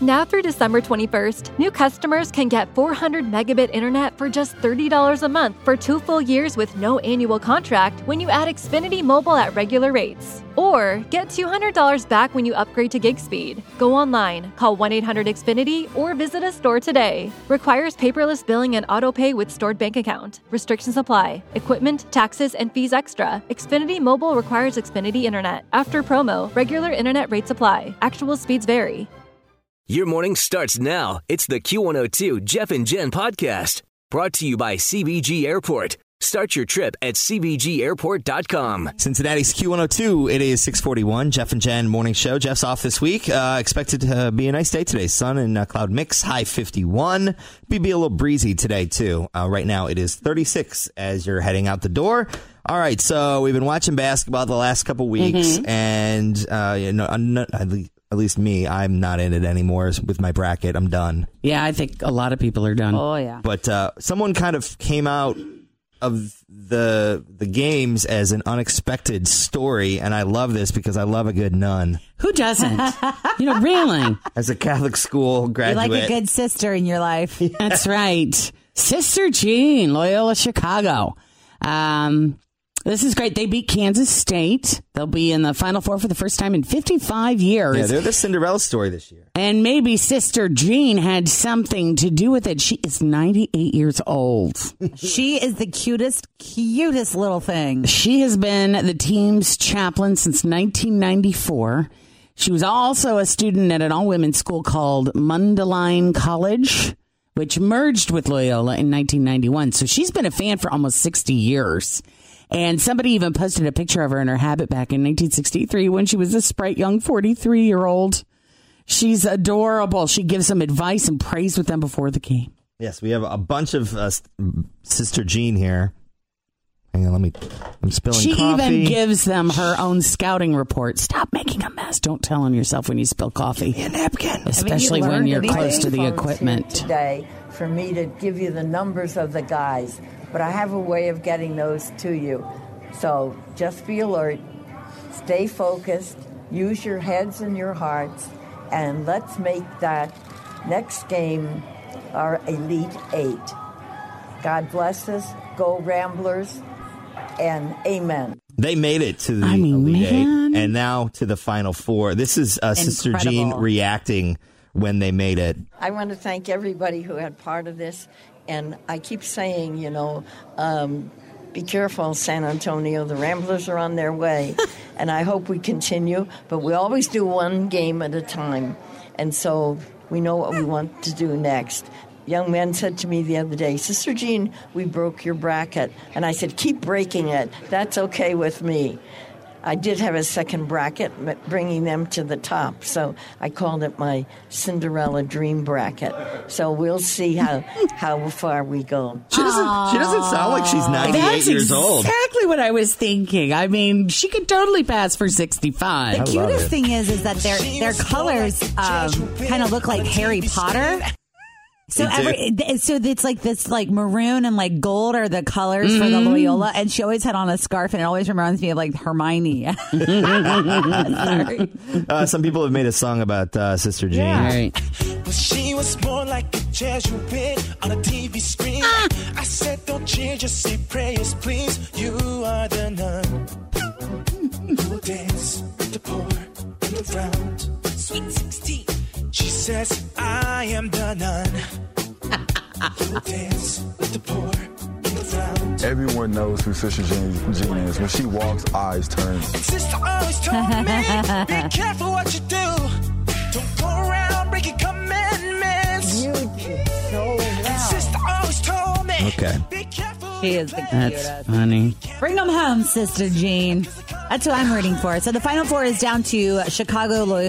Now through December 21st, new customers can get 400 megabit internet for just $30 a month for two full years with no annual contract when you add Xfinity Mobile at regular rates. Or get $200 back when you upgrade to gig speed. Go online, call 1 800 Xfinity, or visit a store today. Requires paperless billing and auto pay with stored bank account. Restrictions apply. Equipment, taxes, and fees extra. Xfinity Mobile requires Xfinity Internet. After promo, regular internet rates apply. Actual speeds vary. Your morning starts now. It's the Q102 Jeff and Jen podcast brought to you by CBG Airport. Start your trip at CBGAirport.com. Cincinnati's Q102. It is 641. Jeff and Jen morning show. Jeff's off this week. Uh, expected to be a nice day today. Sun and uh, cloud mix, high 51. Be, be a little breezy today, too. Uh, right now it is 36 as you're heading out the door. All right. So we've been watching basketball the last couple weeks and, uh, you know, I'm not- at le- at least me, I'm not in it anymore with my bracket. I'm done. Yeah, I think a lot of people are done. Oh yeah. but uh, someone kind of came out of the the games as an unexpected story, and I love this because I love a good nun. Who doesn't? you know, really? As a Catholic school You graduate, like a good sister in your life. That's right. Sister Jean, Loyola Chicago. Um, this is great. They beat Kansas State. They'll be in the Final Four for the first time in 55 years. yeah, they're the Cinderella story this year. And maybe Sister Jean had something to do with it. She is 98 years old. She is the cutest, cutest little thing. She has been the team's chaplain since 1994. She was also a student at an all women's school called Mundelein College, which merged with Loyola in 1991. So she's been a fan for almost 60 years. And somebody even posted a picture of her in her habit back in 1963 when she was a sprite young 43 year old. She's adorable. She gives them advice and prays with them before the game. Yes, we have a bunch of uh, s- Sister Jean here. Hang on, let me. I'm spilling She coffee. even gives them her own scouting report. Stop making a mess. Don't tell on yourself when you spill coffee. napkin. Especially when learned you're anything close to the phone equipment. today for me to give you the numbers of the guys, but I have a way of getting those to you. So just be alert, stay focused, use your heads and your hearts, and let's make that next game our Elite Eight. God bless us. Go Ramblers, and amen. They made it to the I mean, Elite Eight, man. and now to the Final Four. This is uh, Sister Jean Incredible. reacting when they made it. I want to thank everybody who had part of this. And I keep saying, you know, um, be careful, San Antonio. The Ramblers are on their way. and I hope we continue. But we always do one game at a time. And so we know what we want to do next. Young man said to me the other day, Sister Jean, we broke your bracket. And I said, keep breaking it. That's okay with me. I did have a second bracket, m- bringing them to the top. So I called it my Cinderella dream bracket. So we'll see how, how far we go. She doesn't. She doesn't sound like she's 98 That's years old. exactly what I was thinking. I mean, she could totally pass for 65. I The love cutest it. thing is, is that their their colors um, kind of look like Harry Potter. So They do. every th- so it's like this like maroon and like gold are the colors for Mm-hmm. the Loyola, and she always had on a scarf, and it always reminds me of like Hermione. Sorry. Uh, some people have made a song about uh, Sister Jean. All right. She was born like a Jesuit on a TV screen. I said, Don't cheer, just say prayers, please. You are the nun who will dance with the poor in the round. Sweet 16. She says, I am the nun who will dance with the poor in the round. Everyone knows who Sister Jean, Jean is. When she walks, eyes turn. Sister always told me, be careful what you do. Don't go around breaking commandments. You did so well. Sister always told me, Okay. be careful. She is the That's funny. Bring them home, Sister Jean. That's what I'm rooting for. So the final four is down to Chicago Loyola.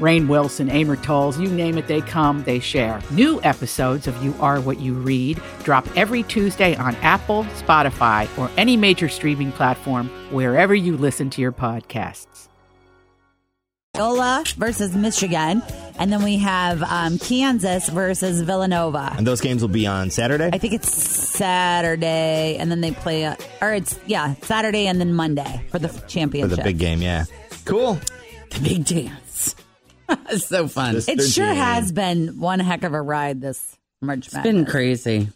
Rain Wilson, Amor Tolls, you name it, they come, they share. New episodes of You Are What You Read drop every Tuesday on Apple, Spotify, or any major streaming platform wherever you listen to your podcasts. Loyola versus Michigan, and then we have um, Kansas versus Villanova. And those games will be on Saturday. I think it's Saturday, and then they play, uh, or it's yeah Saturday and then Monday for the for championship. the big game, yeah. Cool. The big dance. it's so fun. This- It's It sure Thirteen. has been one heck of a ride this March Madness. been crazy.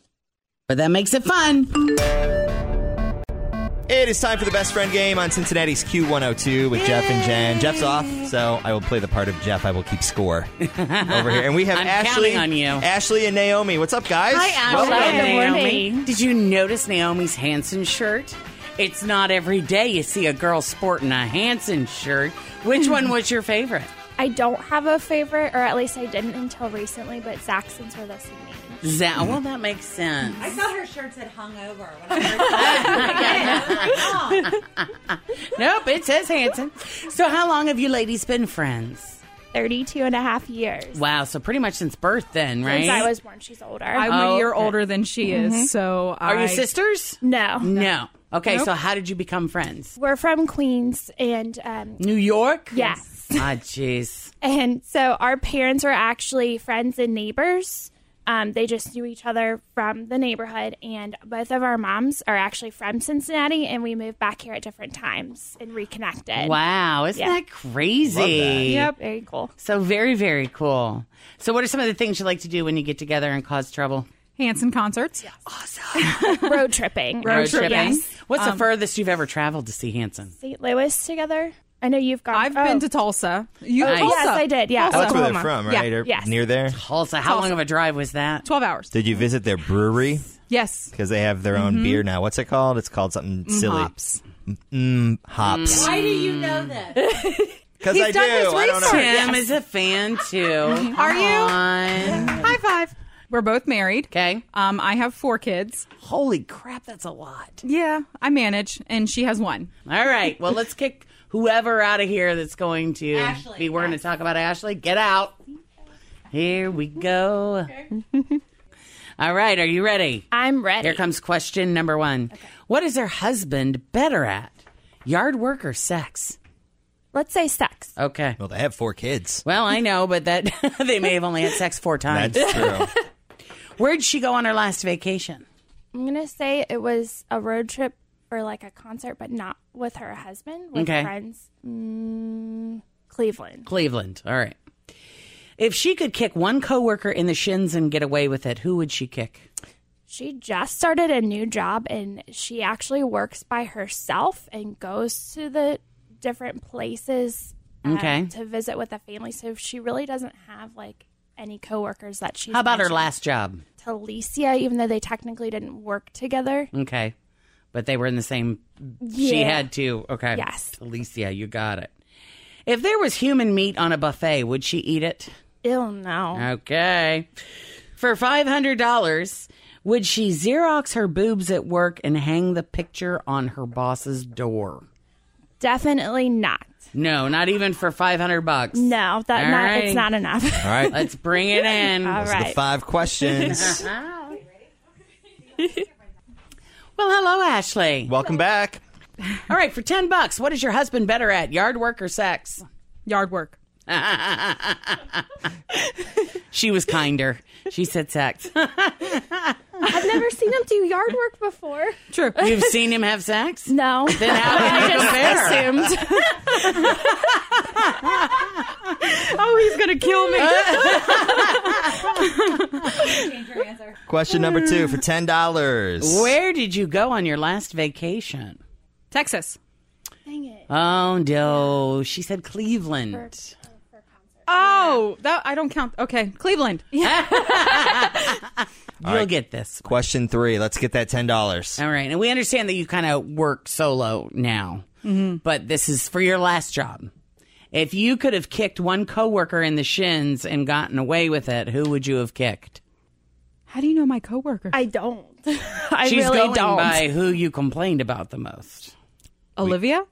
But that makes it fun. It is time for the best friend game on Cincinnati's Q102 with Jeff and Jen. Jeff's off, so I will play the part of Jeff. I will keep score over here. And we have I'm Ashley, counting on you. Ashley and Naomi. What's up, guys? Ashley. Welcome. Naomi. morning. Did you notice Naomi's Hanson shirt? It's not every day you see a girl sporting a Hanson shirt. Which one was your favorite? I don't have a favorite, or at least I didn't until recently, but Zaxxon's were the same name. That, well, that makes sense. I thought her shirts had hung over. When I heard that. Nope, it says Hanson. So, how long have you ladies been friends? 32 and a half years. Wow, so pretty much since birth, then, right? Since I was born, she's older. Mm-hmm. I'm Oh, a year okay. Mm-hmm. older than she is, so Are I, you sisters? no. No. Okay, so how did you become friends? We're from Queens, and um, New York? yes. Ah, jeez. And so our parents were actually friends and neighbors. Um, they just knew each other from the neighborhood, and both of our moms are actually from Cincinnati, and we moved back here at different times and reconnected. Wow, isn't Yeah. that crazy? Yep, very cool. So very, very cool. So what are some of the things you like to do when you get together and cause trouble? Hanson concerts. Road tripping. Road tripping. What's the furthest you've ever traveled to see Hanson? St. Louis together. I know you've gone. I've oh. been to Tulsa. You Nice. Tulsa. Yes, I did. Yeah. Tulsa, Oh, that's where they're Oklahoma. from, Yeah. right? Or yes. Near there. Tulsa. How long of a drive was that? Twelve hours. Did you visit their brewery? Yes. Because they have their own Mm-hmm. beer now. What's it called? It's called something silly. Hops. Mm, hops. Why do you know this? Because I do. done his I don't know. research. Tim is a fan too. Are you? On. High five. We're both married. Okay. Um, I have four kids. Holy crap, that's a lot. Yeah, I manage, and she has one. All right. Well, let's kick whoever out of here that's going to be. We're going to talk about Ashley. Get out. Here we go. All right. Are you ready? I'm ready. Here comes question number one. What is her husband better at? Yard work or sex? Let's say sex. Okay. Well, they have four kids. Well, I know, but that they may have only had sex four times. That's true. Where'd she go on her last vacation? I'm gonna say it was a road trip or like a concert, but not with her husband, with Okay. friends. Mm, Cleveland. Cleveland. All right. If she could kick one coworker in the shins and get away with it, who would she kick? She just started a new job and she actually works by herself and goes to the different places uh, Okay. to visit with the family. So she really doesn't have like any coworkers that she's How about her mentioned. last job? Talicia, even though they technically didn't work together. Okay. But they were in the same. She Yeah. had two. Okay. Yes. Alicia, you got it. If there was human meat on a buffet, would she eat it? Ew, no. Okay. For $500, would she Xerox her boobs at work and hang the picture on her boss's door? Definitely not. No, not even for 500 bucks. No, that All not, right. it's not enough. All right. Let's bring it in. All Those are the right. five questions. well, hello, Ashley. Welcome back. All right, for 10 bucks, what is your husband better at, yard work or sex? Yard work. she was kinder. She said sex. I've never seen him do yard work before. True. You've seen him have sex? No. Then how can you compare? I just assumed. Oh, he's going to kill Question number two for ten dollars. Where did you go on your last vacation? Texas. Dang it. Oh, no. She said Cleveland. Oh, that I don't count. Okay, Cleveland. You'll get this. Question three. Let's get that ten dollars. All right. And we understand that you kind of work solo now, Mm-hmm. but this is for your last job. If you could have kicked one coworker in the shins and gotten away with it, who would you have kicked? How do you know my coworker? I don't. I She's really going don't. by who you complained about the most. Olivia.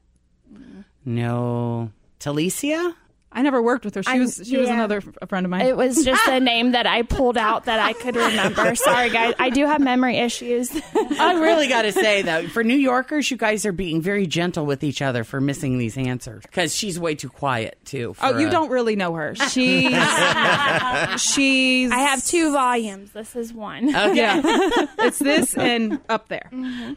No, Talicia. I never worked with her. She I'm- was she was yeah. another f- a friend of mine. Ah! It was just a name that I pulled out that I could remember. Sorry, guys. I do have memory issues. I really got to say though, for New Yorkers, you guys are being very gentle with each other for missing these answers because she's way too quiet too. Oh, for you a- don't really know her. She's she's. I have two volumes. This is one. Okay. it's this and up there.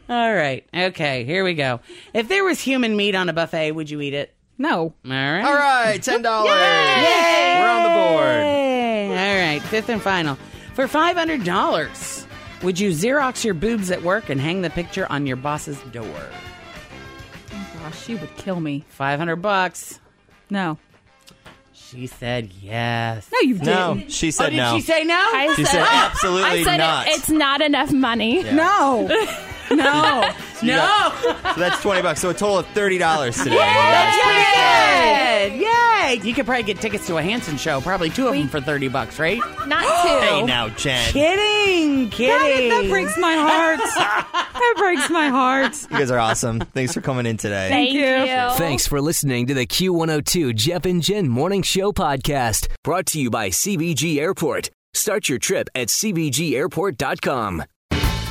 All right. Okay. Here we go. If there was human meat on a buffet, would you eat it? No. All right. All right, ten dollars. We're on the board. All right, fifth and final. For five hundred dollars, would you Xerox your boobs at work and hang the picture on your boss's door? Gosh, she would kill me. Five hundred bucks. No. She said yes. No, you No, didn't. she said oh, did no. she say no? I She said absolutely I said it- not. it's not enough money. No. no. no. So that's twenty bucks. So a total of thirty dollars today. That's pretty good. Yay! You could probably get tickets to a Hanson show, probably two of them for thirty bucks, right? Not two. Hey now, Jen. Kidding, kidding. That breaks my heart. that breaks my heart. You guys are awesome. Thanks for coming in today. Thank you. Thanks for listening to the Q102 Jeff and Jen Morning Show podcast, brought to you by CBG Airport. Start your trip at CBGAirport.com.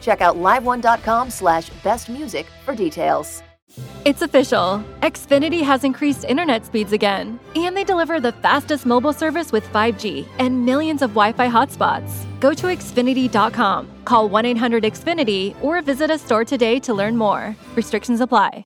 Check out liveone.com slash best music for details. It's official. Xfinity has increased internet speeds again, and they deliver the fastest mobile service with 5G and millions of Wi Fi hotspots. Go to Xfinity.com, call 1 800 Xfinity, or visit a store today to learn more. Restrictions apply.